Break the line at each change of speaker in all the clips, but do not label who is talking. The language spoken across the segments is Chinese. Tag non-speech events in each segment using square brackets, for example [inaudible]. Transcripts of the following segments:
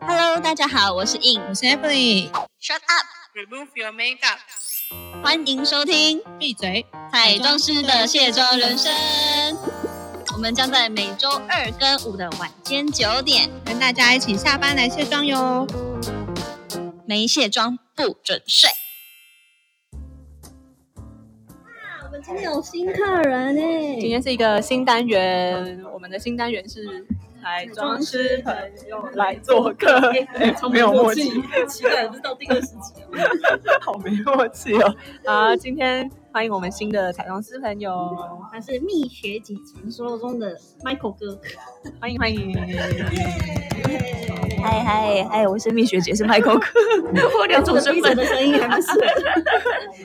Hello，大家好，我是 In。
我是 Emily，
Shut up！
Remove your makeup.
欢迎收听
闭嘴。
彩妆师的卸妆人生。我们将在每周二跟五的晚间九点，
跟大家一起下班来卸妆哟。
没卸妆不准睡。我们今天有新客人哎、
今天是一个新单元，我们的新单元是彩妆师朋友来做客，哎没有默契， [laughs]
期待不是到第二十集了吗？
好没默契哦。好，今天欢迎我们新的彩妆师朋友，
他是蜜雪姐传说中的 Michael 哥。
欢迎欢迎。
嗨嗨嗨，我是蜜雪姐，是
[laughs]
Michael 哥，我有两种身份的声音还 [laughs] 蛮适合，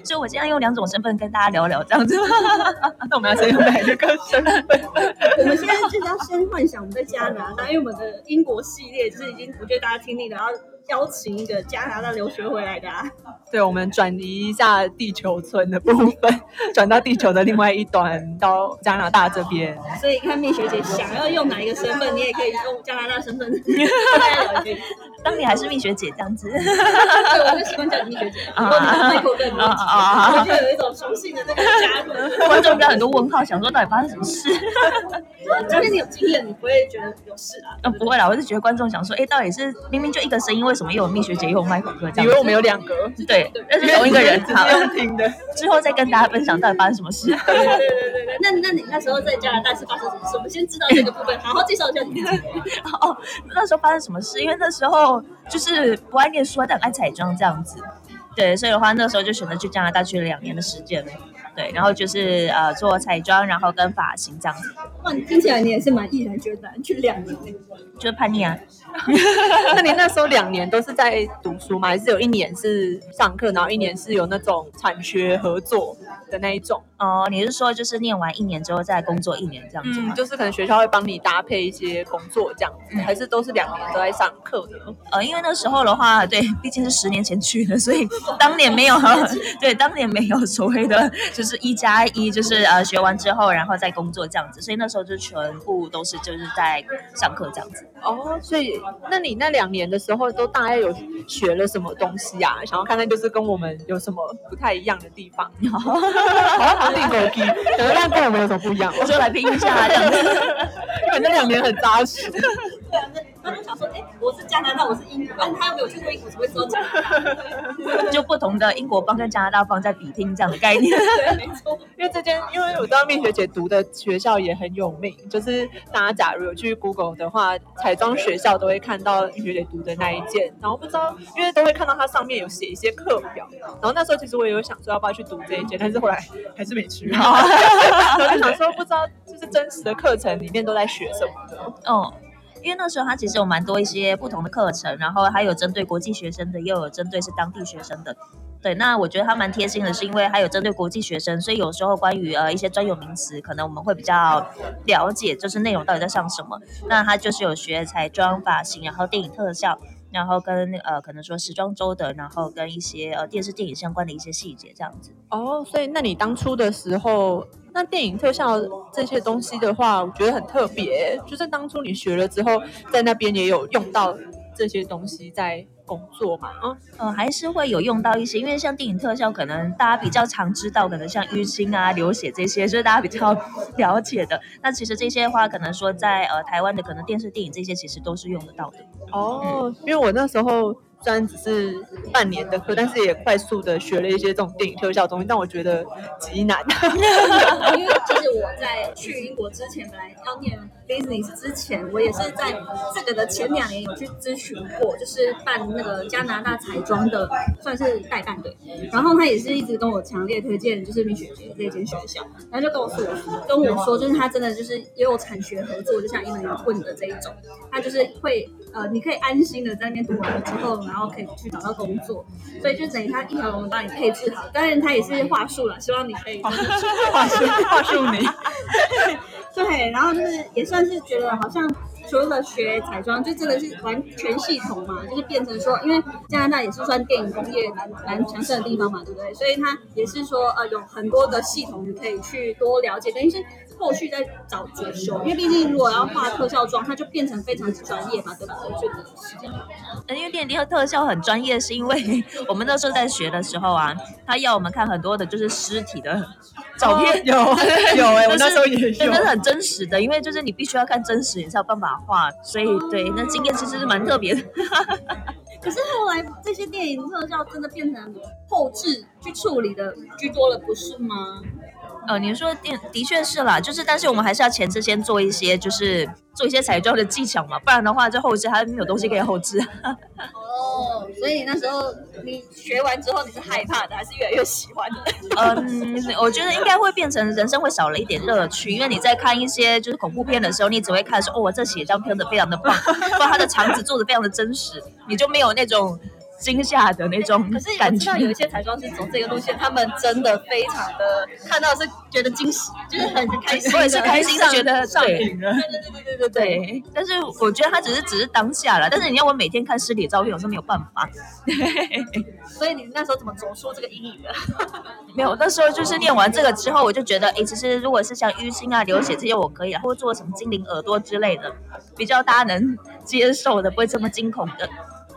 所以我今天用两种身份跟大家聊聊这样子。
啊那我们要先用哪一个身份？
[laughs] 我们现在就是要先幻想我们在加拿大，因为我们的英国系列就是已经我觉得大家听腻了，然后邀请一个加拿大留学回来的、 [laughs] 啊，
对，我们转移一下地球村的部分，转到地球的另外一端，到加拿大这边。
所以你看蜜雪姐想要用哪一个身份，你也可以用加拿大身 [laughs] 份来聊天。
当你还是蜜雪姐这样子，
[laughs] 对，我就喜欢叫你蜜雪姐，如果你是 Michael 更
啊
多，
啊！
我就有一种双性的那个加入。
观众应该很多问号，想说到底发生什么
[laughs]
事？
今天你有经验，你不会觉得有事啊？
啊，不会啦，我是觉得观众想说，哎，到底是明明就一个声音，为什么又有蜜雪姐，又有麦克哥这
以
样
为
子？
我们有两 [laughs] 个，
对，那是同一个人。
直
好
接，用听的。
之后再跟大家分享到底发生什么事。
对对对对对，那那你那时候在加拿大是发生什么事？我们先知道这个部分，好好介绍一下你自己。
[laughs] 哦，那时候发生什么事？因为那时候就是不爱念书，但很爱彩妆这样子。对，所以的话，那时候就选择去加拿大去了两年的时间。对，然后就是呃做彩妆，然后跟发型这样子，
哇，你听起来你也是蛮毅然决然，去两年内。
就是叛逆啊。
[laughs] 那你那时候两年都是在读书吗？还是有一年是上课，然后一年是有那种产学合作的那一种？
哦，你是说就是念完一年之后再工作一年这样子吗？
嗯，就是可能学校会帮你搭配一些工作这样子，还是都是两年都在上课的？
呃，因为那时候的话，对，毕竟是十年前去的，所以当年没有，对，当年没有所谓的就是一加一，就是呃学完之后然后再工作这样子，所以那时候就全部都是就是在上课这样子。
哦，所以那你那两年的时候都大概有学了什么东西啊？想要看看就是跟我们有什么不太一样的地方， [laughs] 好像好顶狗屁，想要看跟我们有什么不一样？
我说来拼一下啊这样子，
[laughs] 因为那两年很扎实，
对啊，那 [laughs] 他就想说，哎、我是加拿大，我是英国，啊但他又没有去过英国，只会知道加拿大。
[laughs] 就不同的英国帮跟加拿大帮在比拼这样的概念。
对，没错。
因为这间，因为我知道蜜雪姐读的学校也很有名，就是大家假如有去 Google 的话，彩妆学校都会看到蜜雪姐读的那一间。然后不知道，因为都会看到它上面有写一些课表。然后那时候其实我也有想说要不要去读这一间，但是后来还是没去。然后就想说不知道，就是真实的课程里面都在学什么的。
哦，因为那时候它其实有蛮多一些不同的课程，然后还有针对国际学生的，又有针对是当地学生的。对，那我觉得它蛮贴心的，是因为还有针对国际学生，所以有时候关于呃一些专有名词，可能我们会比较了解，就是内容到底在上什么。那它就是有学彩妆、发型，然后电影特效，然后跟呃可能说时装周的，然后跟一些呃电视电影相关的一些细节这样子。
哦，所以那你当初的时候，那电影特效这些东西的话，我觉得很特别，欸就是当初你学了之后，在那边也有用到这些东西在工作嘛？啊，
呃，还是会有用到一些，因为像电影特效，可能大家比较常知道，可能像淤青啊、流血这些，就是大家比较 [laughs] 了解的。那其实这些的话，可能说在呃台湾的可能电视电影这些，其实都是用得到的。
哦，因为我那时候虽然只是半年的课，但是也快速的学了一些这种电影特效的东西，但我觉得极难。 [laughs]
因为其实我在去英国之前，本来要念 business 之前，我也是在这个的前两年有去咨询过，就是办那个加拿大彩妆的，算是代办队。然后他也是一直跟我强烈推荐，就是蜜雪姐这间学校，然后就告诉我，跟我说，就是他真的就是也有产学合作，就像英文混的这一种，他就是会呃，你可以安心的在那边读完了之后，然后可以去找到工作，所以就等于他一条龙帮你配置好。当然他也是话术了，希望你可以。
话术话术你，
对，然后就是也算是觉得好像除了学彩妆，就真的是完全系统嘛，就是变成说，因为加拿大也是算电影工业蛮蛮强盛的地方嘛，对不对？所以它也是说，呃，有很多的系统你可以去多了解，等于是后续再找主修，因为毕竟如果要画特效妆，它就变成非常专业嘛，对吧？我觉得是这样。
呃因为电影的特效很专业，是因为 [laughs] 我们那时候在学的时候啊，他要我们看很多的就是尸体的照片， [laughs]
有有哎、我
但
那
是
时候也
对，
有
那。是很真实的，因为就是你必须要看真实，你才有办法画，所以对，那经验其实是蛮特别的。
可是后来这些电影特效真的变成后置去处理的居多了，不是吗？
呃，你说电的确是啦，就是但是我们还是要前置先做一些，就是做一些彩妆的技巧嘛，不然的话这后置还没有东西可以后置。 [laughs]
哦，所以那时候你学完之后你是害怕的，还是越来越喜欢的？
嗯，我觉得应该会变成人生会少了一点乐趣，因为你在看一些就是恐怖片的时候，你只会看说哦，这写照编的非常的棒，哇，他的场景做的非常的真实，你就没有那种惊吓的那种
哎可是我
感
知
觉
道。有一些彩妆师走这个路线，他们真的非常的看到是觉得惊喜，就是很开心的，
我也是开心的，觉得
上
对。
瘾了，
对对对对对对对。
对，但是我觉得他只是只是当下了，但是你要我每天看尸体照片，我是没有办法。
所以你那时候怎么走出这个阴影的？
没有，那时候就是念完这个之后，我就觉得，诶，其实如果是像淤青啊、流血这些，我可以啊，或者做什么精灵耳朵之类的，比较大家能接受的，不会这么惊恐的。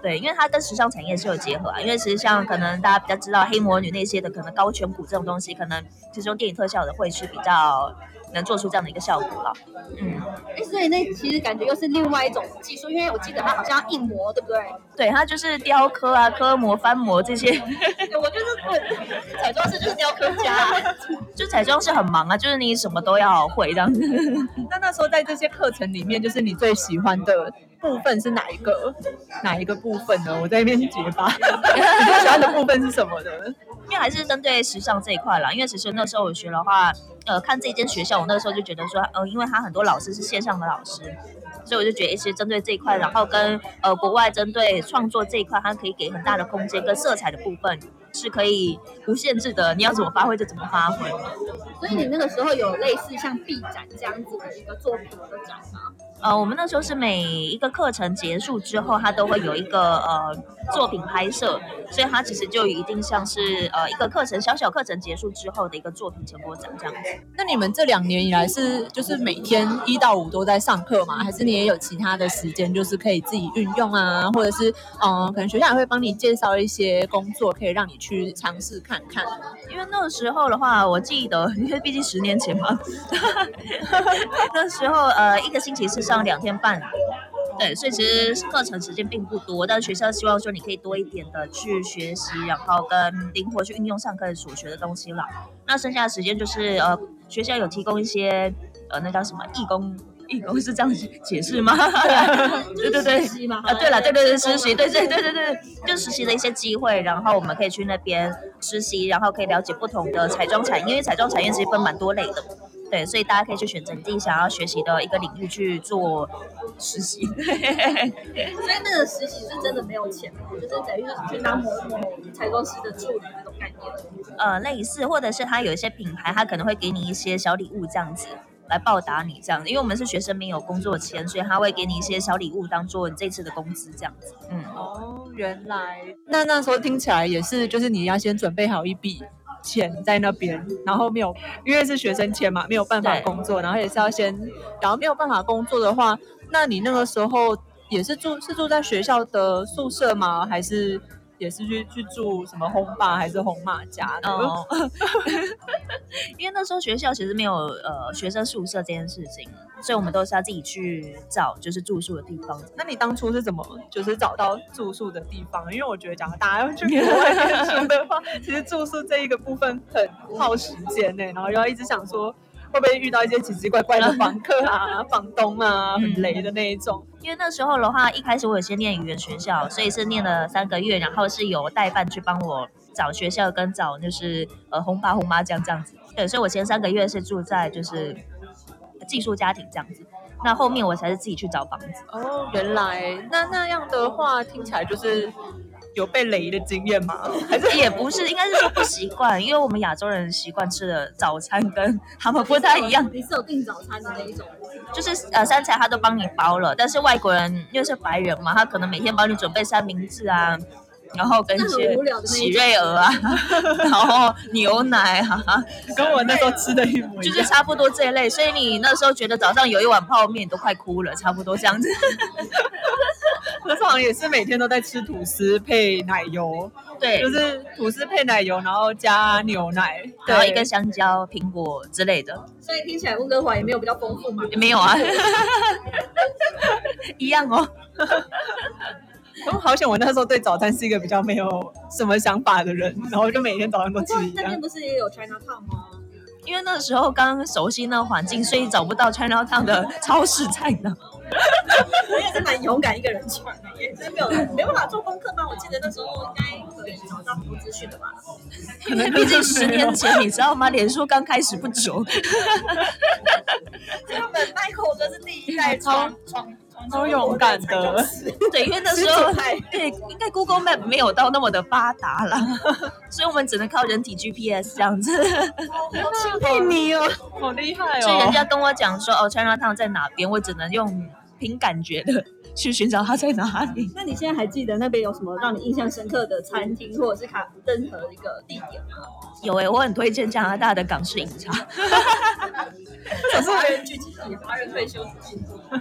对，因为它跟时尚产业是有结合啊。因为其实像可能大家比较知道黑魔女那些的，可能高颧骨这种东西，可能其实用电影特效的会是比较能做出这样的一个效果了。嗯，
哎，所以那其实感觉又是另外一种技术，因为我记得它好像要印模，对不对？
对，它就是雕刻啊、刻模、翻模这些
[laughs] 我就是彩妆师就是雕刻家，啊
[laughs] 就彩妆是很忙啊，就是你什么都要会这样子。 [laughs]
那那时候在这些课程里面，就是你最喜欢的部分是哪一个？哪一个部分呢？我在那边结 [laughs] 巴。你最喜欢的部分是什么呢？
因为还是针对时尚这一块啦，因为其实那时候我学的话，呃，看这间学校，我那时候就觉得说，呃，因为他很多老师是线上的老师，所以我就觉得，其实针对这一块，然后跟呃国外针对创作这一块，它可以给很大的空间跟色彩的部分。是可以无限制的，你要怎么发挥就怎么发挥。
所以你那个时候有类似像毕展这样子的一个作品的展吗？
呃，我们那时候是每一个课程结束之后，它都会有一个呃作品拍摄，所以它其实就一定像是呃一个课程小小课程结束之后的一个作品成果展这样子。
那你们这两年以来是就是每天一到五都在上课吗？还是你也有其他的时间，就是可以自己运用啊，或者是嗯、呃可能学校也会帮你介绍一些工作，可以让你去尝试看看。
因为那个时候的话，我记得，因为毕竟十年前嘛， [laughs] 那时候呃，一个星期是上两天半，对，所以其实课程时间并不多，但是学校希望说你可以多一点的去学习，然后跟灵活去运用上课所学的东西了。那剩下的时间就是呃，学校有提供一些呃，那叫什么义工。义工是这样解释吗？ [laughs] 对对对，
是吗？
啊，对了，对对对，实习，对对对对对，就实习的一些机会，然后我们可以去那边实习，然后可以了解不同的彩妆产业，因为彩妆产业其实分蛮多类的，对，所以大家可以去选择你自己想要学习的一个领域去做实习。
所以那个实习是真的没有钱吗，就是等于是去当某某彩妆师的助理那种概念。
呃，类似，或者是它有一些品牌，它可能会给你一些小礼物这样子来报答你这样子，因为我们是学生没有工作签，所以他会给你一些小礼物当做你这次的工资这样子，嗯。
哦，原来那那时候听起来也是，就是你要先准备好一笔钱在那边，然后没有，因为是学生钱嘛，没有办法
对
工作，然后也是要先，然后没有办法工作的话，那你那个时候也是住是住在学校的宿舍吗？还是也是去去住什么轰爸还是轰妈家的？
哦， [laughs] 因为那时候学校其实没有呃学生宿舍这件事情，所以我们都是要自己去找就是住宿的地方。
那你当初是怎么就是找到住宿的地方？因为我觉得，假如大家要去国外念书的话，其实住宿这一个部分很耗时间呢、然后又要一直想说会不会遇到一些奇奇怪怪的房客啊、房东啊，很雷的那一种。
因为那时候的话，一开始我有先念语言学校，所以是念了三个月，然后是有代办去帮我找学校跟找就是呃红爸红妈这样这样子。对，所以我前三个月是住在就是寄宿家庭这样子。那后面我才是自己去找房子。
哦，原来那那样的话，听起来就是有被雷的经验吗？还是
也不是，应该是说不习惯，因为我们亚洲人习惯吃的早餐跟 [laughs] 他们不太一样，
你是有订早餐的那一种，
就是呃三菜他都帮你包了，但是外国人因为是白人嘛，他可能每天帮你准备三明治啊，然后跟一
那
些
很无聊的那
喜
一种。
瑞鹅啊， [laughs] 然后牛奶啊，
跟我那时候吃的一模一样？
就
[laughs]
是差不多这一类。所以你那时候觉得早上有一碗泡面你都快哭了，差不多这样子。
我好像也是每天都在吃吐司配奶油，
对
就，是吐司配奶油，然后加牛奶，
然后一
对
根香蕉、苹果之类的，
所以听起来温哥华也没有比较丰富嘛。
没有啊， [laughs] 一样哦。
[laughs] 我好险，我那时候对早餐是一个比较没有什么想法的人，然后就每天早上都
不
吃
过
一
那边
样。
不是也有 China Town 吗？
因为那时候刚熟悉那个环境，所以找不到 China Town 的超市在哪。
我也是蛮勇敢一个人去玩的耶，真的没有人没办法做功课吧？我记得那时候应该可以找到很多资讯的吧？
因为毕竟十年前，你知道吗？脸书刚开始不久，
他们 Michael 真是第一代超
超勇敢的， [laughs]
对，因为那时候对，应该 Google Map 没有到那么的发达啦， [laughs] 所以我们只能靠人体 GPS 这样子。哎
佩妮哦，好厉害
所以人
哦！
家跟我讲说，哦，China Town 在哪边，我只能用凭感觉的去寻找它在哪里。
那你现在还记得那边有什么让你印象深刻的呃餐厅，或者是卡任何一个地点吗？
[laughs] 有诶、我很推荐加拿大的港式饮
[laughs]
茶。
可是华人聚集地，华人退休聚集地，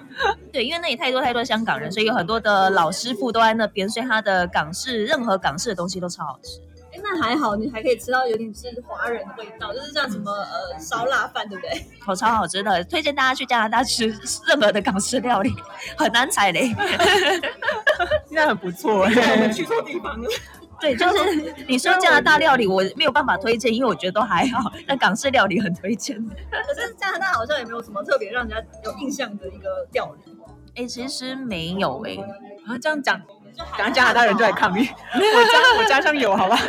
对，因为那里太多太多香港人，所以有很多的老师傅都在那边，所以它的港式任何港式的东西都超好吃。
哎，那还好，你还可以吃到有点是华人的味道，就是像什么呃烧腊饭，对不对？
好哦超好吃的，推荐大家去加拿大吃任何的港式料理，很难踩雷。
现在很不错
我
哎
们，去错地方了。
对，就是
[laughs]
你说加拿大料理，我没有办法推荐，因为我觉得都还好，但港式料理很推荐。
[laughs] 可是加拿大好像也没有什么特别让人家有印象的一个料理。
哎、其实没有哎、
啊这样讲，讲加拿大人就来抗议。我家我家乡有，好吧？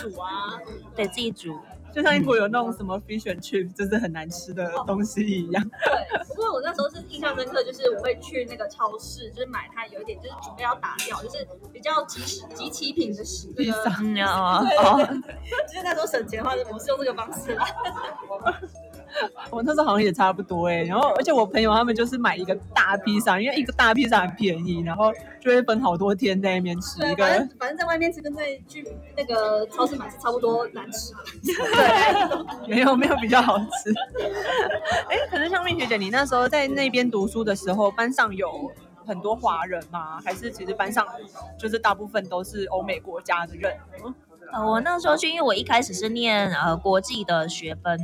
煮啊，
对自己
[laughs]
煮，
就像英国有那种什么 fish and chip，就是很难吃的东西一样。
对。不过我那时候是印象深刻，就是我会去那个超市，就是买它有一点就是准备要打掉，就是比较即时即期品的食那个
嗯哦哦，
就是那时候省钱的话，我是用这个方式啦。啊
我那时候好像也差不多哎、然后而且我朋友他们就是买一个大披萨，因为一个大披萨很便宜，然后就会分好多天在那边吃一
对，
个。
呃反正反正在外面吃跟在去那个超市买是差不多难吃。
没有没有比较好 [laughs] 吃。哎、可是像蜜学姐，你那时候在那边读书的时候，班上有很多华人吗？还是其实班上就是大部分都是欧美国家的 [laughs] 人？
呃，我那时候去，因为我一开始是念呃国际的学分。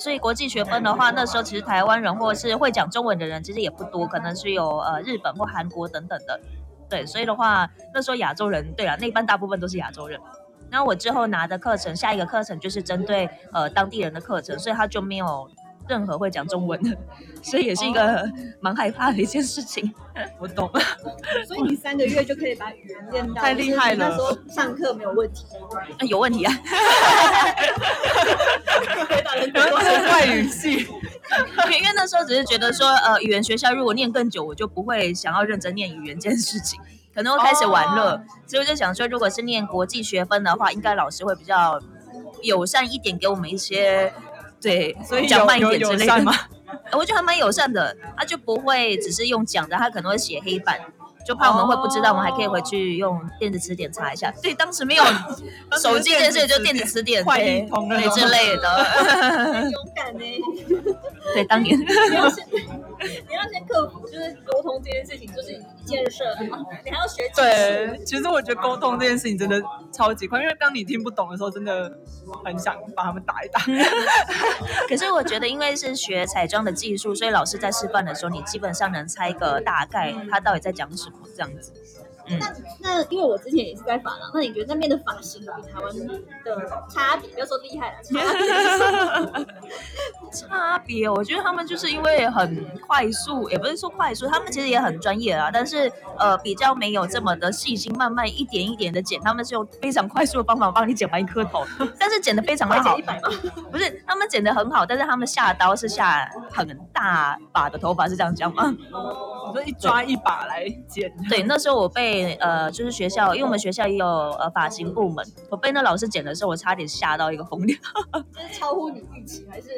所以国际学分的话，那时候其实台湾人或是会讲中文的人其实也不多，可能是有呃日本或韩国等等的。对，所以的话，那时候亚洲人，对啊，那一般大部分都是亚洲人。然后我之后拿的课程，下一个课程就是针对呃当地人的课程，所以他就没有任何会讲中文的，所以也是一个蛮害怕的一件事情。
我懂，
所以你三个月就可以把语言练到，
太厉害了
就是那时候上课没有问题，
啊 [laughs] 有问题啊？ [laughs]
回
[laughs]
答人
然后是外语系， [laughs]
因为因为那时候只是觉得说，呃，语言学校如果念更久，我就不会想要认真念语言这件事情，可能会开始玩乐。
哦
所以我就想说，如果是念国际学分的话，应该老师会比较友善一点，给我们一些对
所以
讲
有
慢一
有
点之
友
类
善
的
吗？？
[laughs] 我觉得还蛮友善的，他就不会只是用讲的，他可能会写黑板。就怕我们会不知道，
哦
我们还可以回去用电子词典查一下。对，当时没有
[laughs] 当时
手机这件事，
电子词典
就电子词典
换
对
一通那
对
种
之
[laughs]
类的。 [laughs]
很勇敢呢、
对，当年
[laughs] 你要先， [laughs] 你要先克服，就是沟通这件事情，就是一件事儿， [laughs] 你还要学技术。
对，其实我觉得沟通这件事情真的超级快，因为当你听不懂的时候，真的很想把他们打一打。
嗯 [laughs] 可是我觉得，因为是学彩妆的技术，所以老师在示范的时候，你基本上能猜个大概他到底在讲什么这样子。嗯
那那因为我之前也是在法郎，那你觉得那边的发型比台湾的差别，不要说厉害啊了，差别是什么
差别，我觉得他们就是因为很快速，也不是说快速，他们其实也很专业啊，但是呃比较没有这么的细心，慢慢一点一点的剪，他们是用非常快速的方法帮你剪完一颗 [laughs] 头，但是剪的非常的
快
好 [laughs]
剪一，百吗？
不是他们剪的很好，但是他们下刀是下很大把的头发，是这样讲吗？
你说一抓一把来剪，
对，那时候我被呃，就是学校，因为我们学校也有呃发型部门，我被那老师剪的时候，我差点吓到一个疯掉。 [laughs]
就是超乎你预期，还是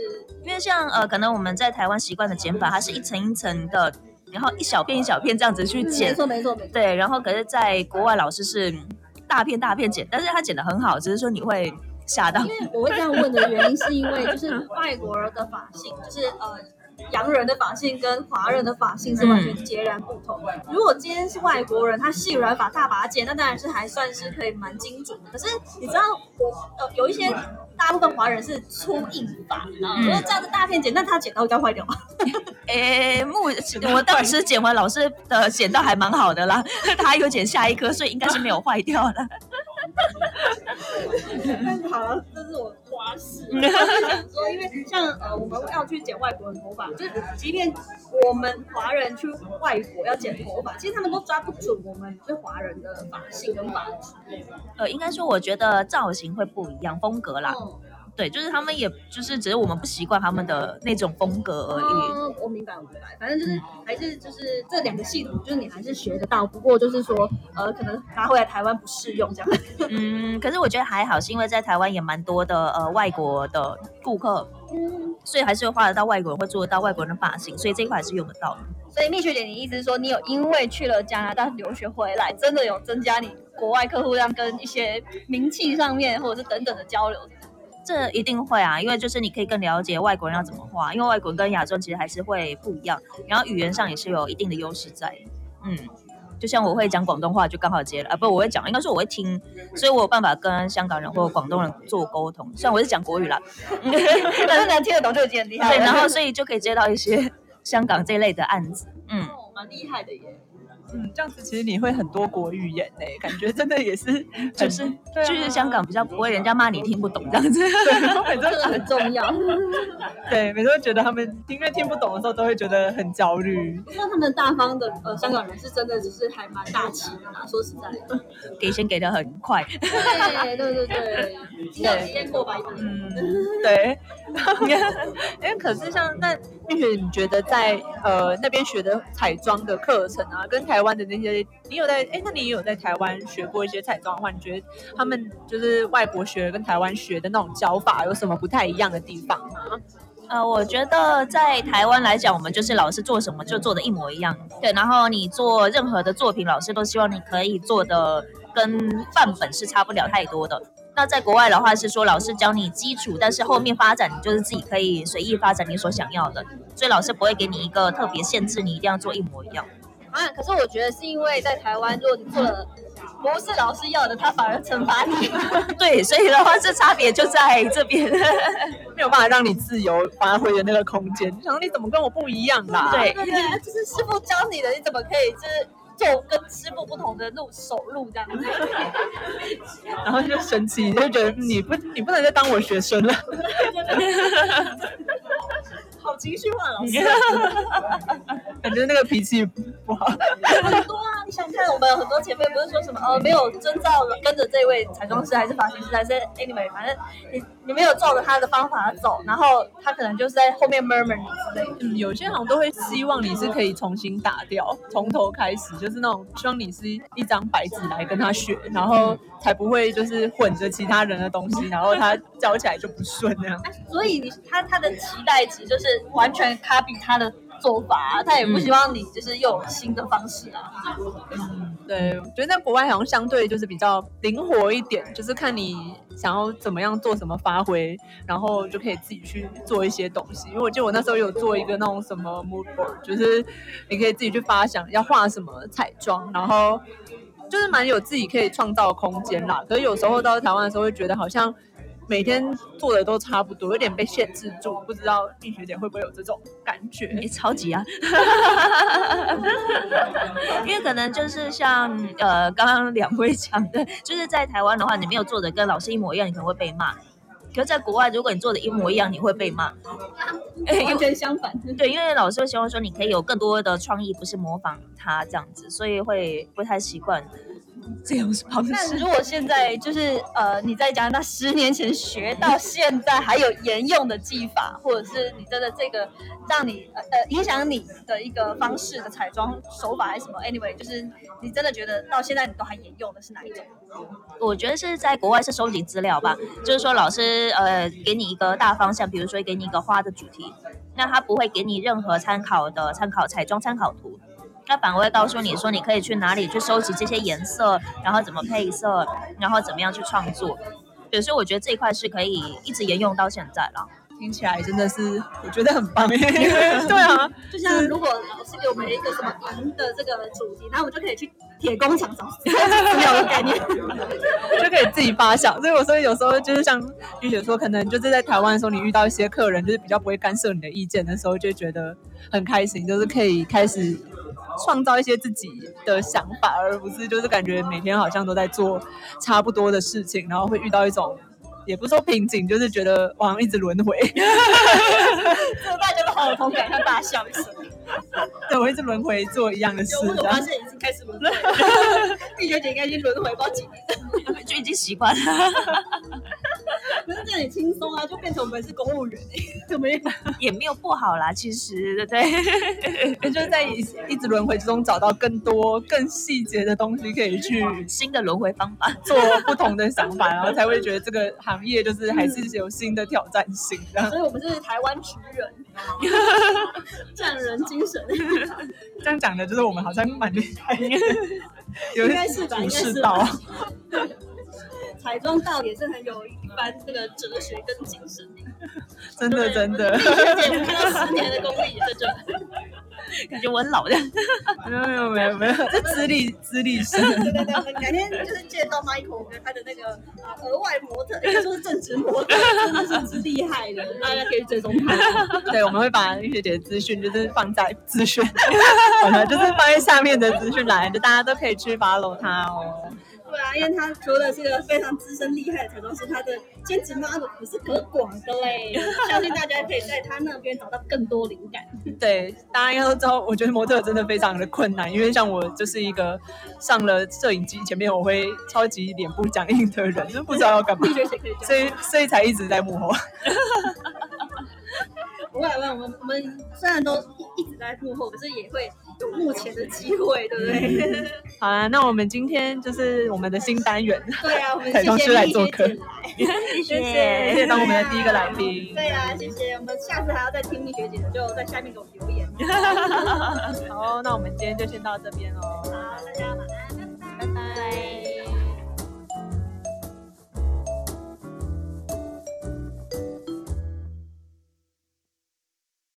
因为像呃，可能我们在台湾习惯的剪法，它是一层一层的，然后一小片一小片这样子去
没
剪，
错没错没错，
[laughs] 对，然后可是在国外老师是大片大片剪，但是他剪的很好，只是说你会吓到
因。为我会这样问的原因，是因为就是外国人的发型，就是呃。洋人的发型跟华人的发型是完全截然不同的。如果今天是外国人，他细软发大把剪，那当然是还算是可以蛮精准的。可是你知道，我呃有一些大部分华人是粗硬发，你知道吗？
嗯
如果这样子大片剪，那他剪刀应该坏掉吧？
诶，目我当时剪完老师的剪到还蛮好的啦，他有剪下一颗，所以应该是没有坏掉的。 [laughs]
但是好了，这是我花 [laughs] 式。我是想说，因为像呃，我们要去剪外国人头发，就是即便我们华人去外国要剪头发，其实他们都抓不准我们就是华人的发型跟发质。
呃，应该说我觉得造型会不一样，风格啦，
嗯
对，就是他们也就是只是我们不习惯他们的那种风格而已。
嗯，我明白，我明白。反正就是还是就是这两个系统，就是你还是学得到，不过就是说呃，可能拿回来台湾不适用这样。
嗯，可是我觉得还好，是因为在台湾也蛮多的呃外国的顾客，所以还是会画得到外国人，会做得到外国人的发型，所以这一块还是用得到的。
所以蜜雪姐，你意思是说，你有因为去了加拿大留学回来，真的有增加你国外客户量跟一些名气上面，或者是等等的交流？
这一定会啊，因为就是你可以更了解外国人要怎么画，因为外国人跟亚洲人其实还是会不一样，然后语言上也是有一定的优势在的。嗯，就像我会讲广东话，就刚好接了啊，不，我会讲，应该说我会听，所以我有办法跟香港人或广东人做沟通。虽然我是讲国语啦，
但是能听得懂就已经很厉害
对，
了。
然后所以就可以接到一些 [laughs] 香港这类的案子。嗯，
哦蛮厉害的耶。
嗯，这样子其实你会很多国语言呢、感觉真的也 [laughs] 是很，
就是
对啊
就是香港比较不会人家骂你听不懂这样子。
啊对，我每次
这个很重要， [laughs]
对每次都觉得他们因为听不懂的时候，都会觉得很焦虑。
那他们大方的呃香港人是真的就是还蛮大气的啦，说实在的，
给钱给的很快，
对对对对，应该有体验过吧？
嗯， [laughs] 对。哎，可是像那蜜雪，你觉得在呃那边学的彩妆的课程啊，跟台湾的那些，你有在哎，那你也有在台湾学过一些彩妆的话，你觉得他们就是外国学的跟台湾学的那种教法有什么不太一样的地方吗？
呃，我觉得在台湾来讲，我们就是老师做什么就做的一模一样，对。然后你做任何的作品，老师都希望你可以做的跟范本是差不了太多的。那在国外的话是说，老师教你基础，但是后面发展你就是自己可以随意发展你所想要的，所以老师不会给你一个特别限制，你一定要做一模一样。 [laughs]
啊，可是我觉得是因为在台湾，如果你做了不是老师要的，他反而惩罚你。
对，所以的话，这差别就在这边。
没有办法让你自由发挥的那个空间，然后你怎么跟我不一样啊啦、
对
对对，
[laughs]
就是师傅教你的，你怎么可以就是做跟师傅不同的路手路这
[laughs]
样子？
然后就生气，就觉得嗯你不你不能再当我学生了。 [laughs]
好情绪化，哦老师。
感觉那个脾气不好，
很多啊，你想看我们很多前辈不是说什么呃没有遵照跟着这位彩妆师还是发型师还是 anyway，反正你你没有照着他的方法走，然后他可能就是在后面 murmur 你之类的。
嗯，有些好像都会希望你是可以重新打掉，从头开始，就是那种希望你是一张白纸来跟他学，然后才不会就是混着其他人的东西，然后他教起来就不顺那样。
所以你他他的期待值就是完全 copy 他的做法、啊，他也不希望你就是又有新的方式啊。
对，我觉得在国外好像相对就是比较灵活一点，就是看你想要怎么样做什么发挥，然后就可以自己去做一些东西。因为我记得我那时候有做一个那种什么 mood board，就是你可以自己去发想要画什么彩妆，然后就是蛮有自己可以创造的空间啦。可是有时候到台湾的时候，会觉得好像。每天做的都差不多，有点被限制住，不知道蜜学姐会不会有这种感觉？
诶超级啊！ [laughs] 因为可能就是像呃刚刚两位讲的，就是在台湾的话，你没有做的跟老师一模一样，你可能会被骂。可是在国外，如果你做的一模一样，你会被骂。
完全相反。
对，因为老师会希望说你可以有更多的创意，不是模仿他这样子，所以会不太习惯这样方
那
式。
如果现在就是呃，你在加拿大十年前学到现在还有沿用的技法，或者是你真的这个让你呃呃影响你的一个方式的彩妆手法还是什么？Anyway，就是你真的觉得到现在你都还沿用的是哪一种？
我觉得是在国外是收集资料吧，就是说老师呃给你一个大方向，比如说给你一个花的主题，那他不会给你任何参考的参考彩妆参考图，那反而会告诉你说你可以去哪里去收集这些颜色，然后怎么配色，然后怎么样去创作。对，所以我觉得这一块是可以一直沿用到现在了。
听起来真的是我觉得很棒耶。
对啊，
就像如果老师给我们一个什么银的这个主题，然后我就可以去铁工厂找资料的概念。
[laughs] 就可以自己发想。所以我说有时候就是像玉姐说，可能就是在台湾的时候，你遇到一些客人就是比较不会干涉你的意见的时候，就会觉得很开心，就是可以开始创造一些自己的想法，而不是就是感觉每天好像都在做差不多的事情，然后会遇到一种。也不是说瓶颈，就是觉得我好像一直轮回， [laughs]
这个大家都好有同感，像大笑一声。
对我一直轮回做一样的事。
我
这
有
样
发现已经开始轮回了， [laughs] 蜜雪姐应该已经轮回不知道几年，
[laughs] 就已经习惯了。
可是这很轻松啊，就变成我们是公务员、欸，怎么样？
也没有不好啦，其实对不对？ [laughs]
就是在一一直轮回之中找到更多更细节的东西可以去
新的轮回方法，
做不同的想法，然后才会觉得这个行业就是还是有新的挑战性这样
所以我们是台湾职人，匠人精神，
[laughs] 这样讲的，就是我们好像蛮厉害的， [laughs] 有
应
一
该是吧？应
主
该
视
是
道 [laughs]
吧。彩妆道也是很有一番这个哲学跟精神的、
真的真的
蜜。雪姐，我们看到十年的功力也在这。
感觉我很老的。
没有没有没有 [laughs] 没有，这资历资历深，
对对对，我们改天就是借到 Michael，我们他的那个啊额外模特，可以说是正职模特，真的是之厉害的，大家可以追踪他。
[laughs] 对，我们会把玉学姐的资讯就是放在资讯， [laughs] 好了，就是放在下面的资讯栏，就大家都可以去 follow 她哦。
对啊，因为他除了是个非常资深厉害的彩妆师，他的兼职 model 可是可广的
[laughs]
嘞，相信大家可以在他那边找到更多灵感。
对，大家应该都知道，我觉得模特真的非常的困难，因为像我就是一个上了摄影机前面我会超级脸部僵硬的人，就不知道要干嘛 [laughs]
蜜，雪姐可以这
所
样。
以所以才一直在幕后。
不会不会，我们我们虽然都一直在幕后，可是也会有目前的机会，对不对？
[laughs]
好啦，那我们今天就是我们的新单元，
对啊，我们
彩妆
谢
师
谢
来
蜜
做
雪
客
姐
谢
谢谢，谢谢当我们的第一个来宾。
对啊，谢谢。我们下次还要再听蜜雪姐的，就在下面给我们留言。
好，那我们今天就先到这边喽。
好，大家晚安。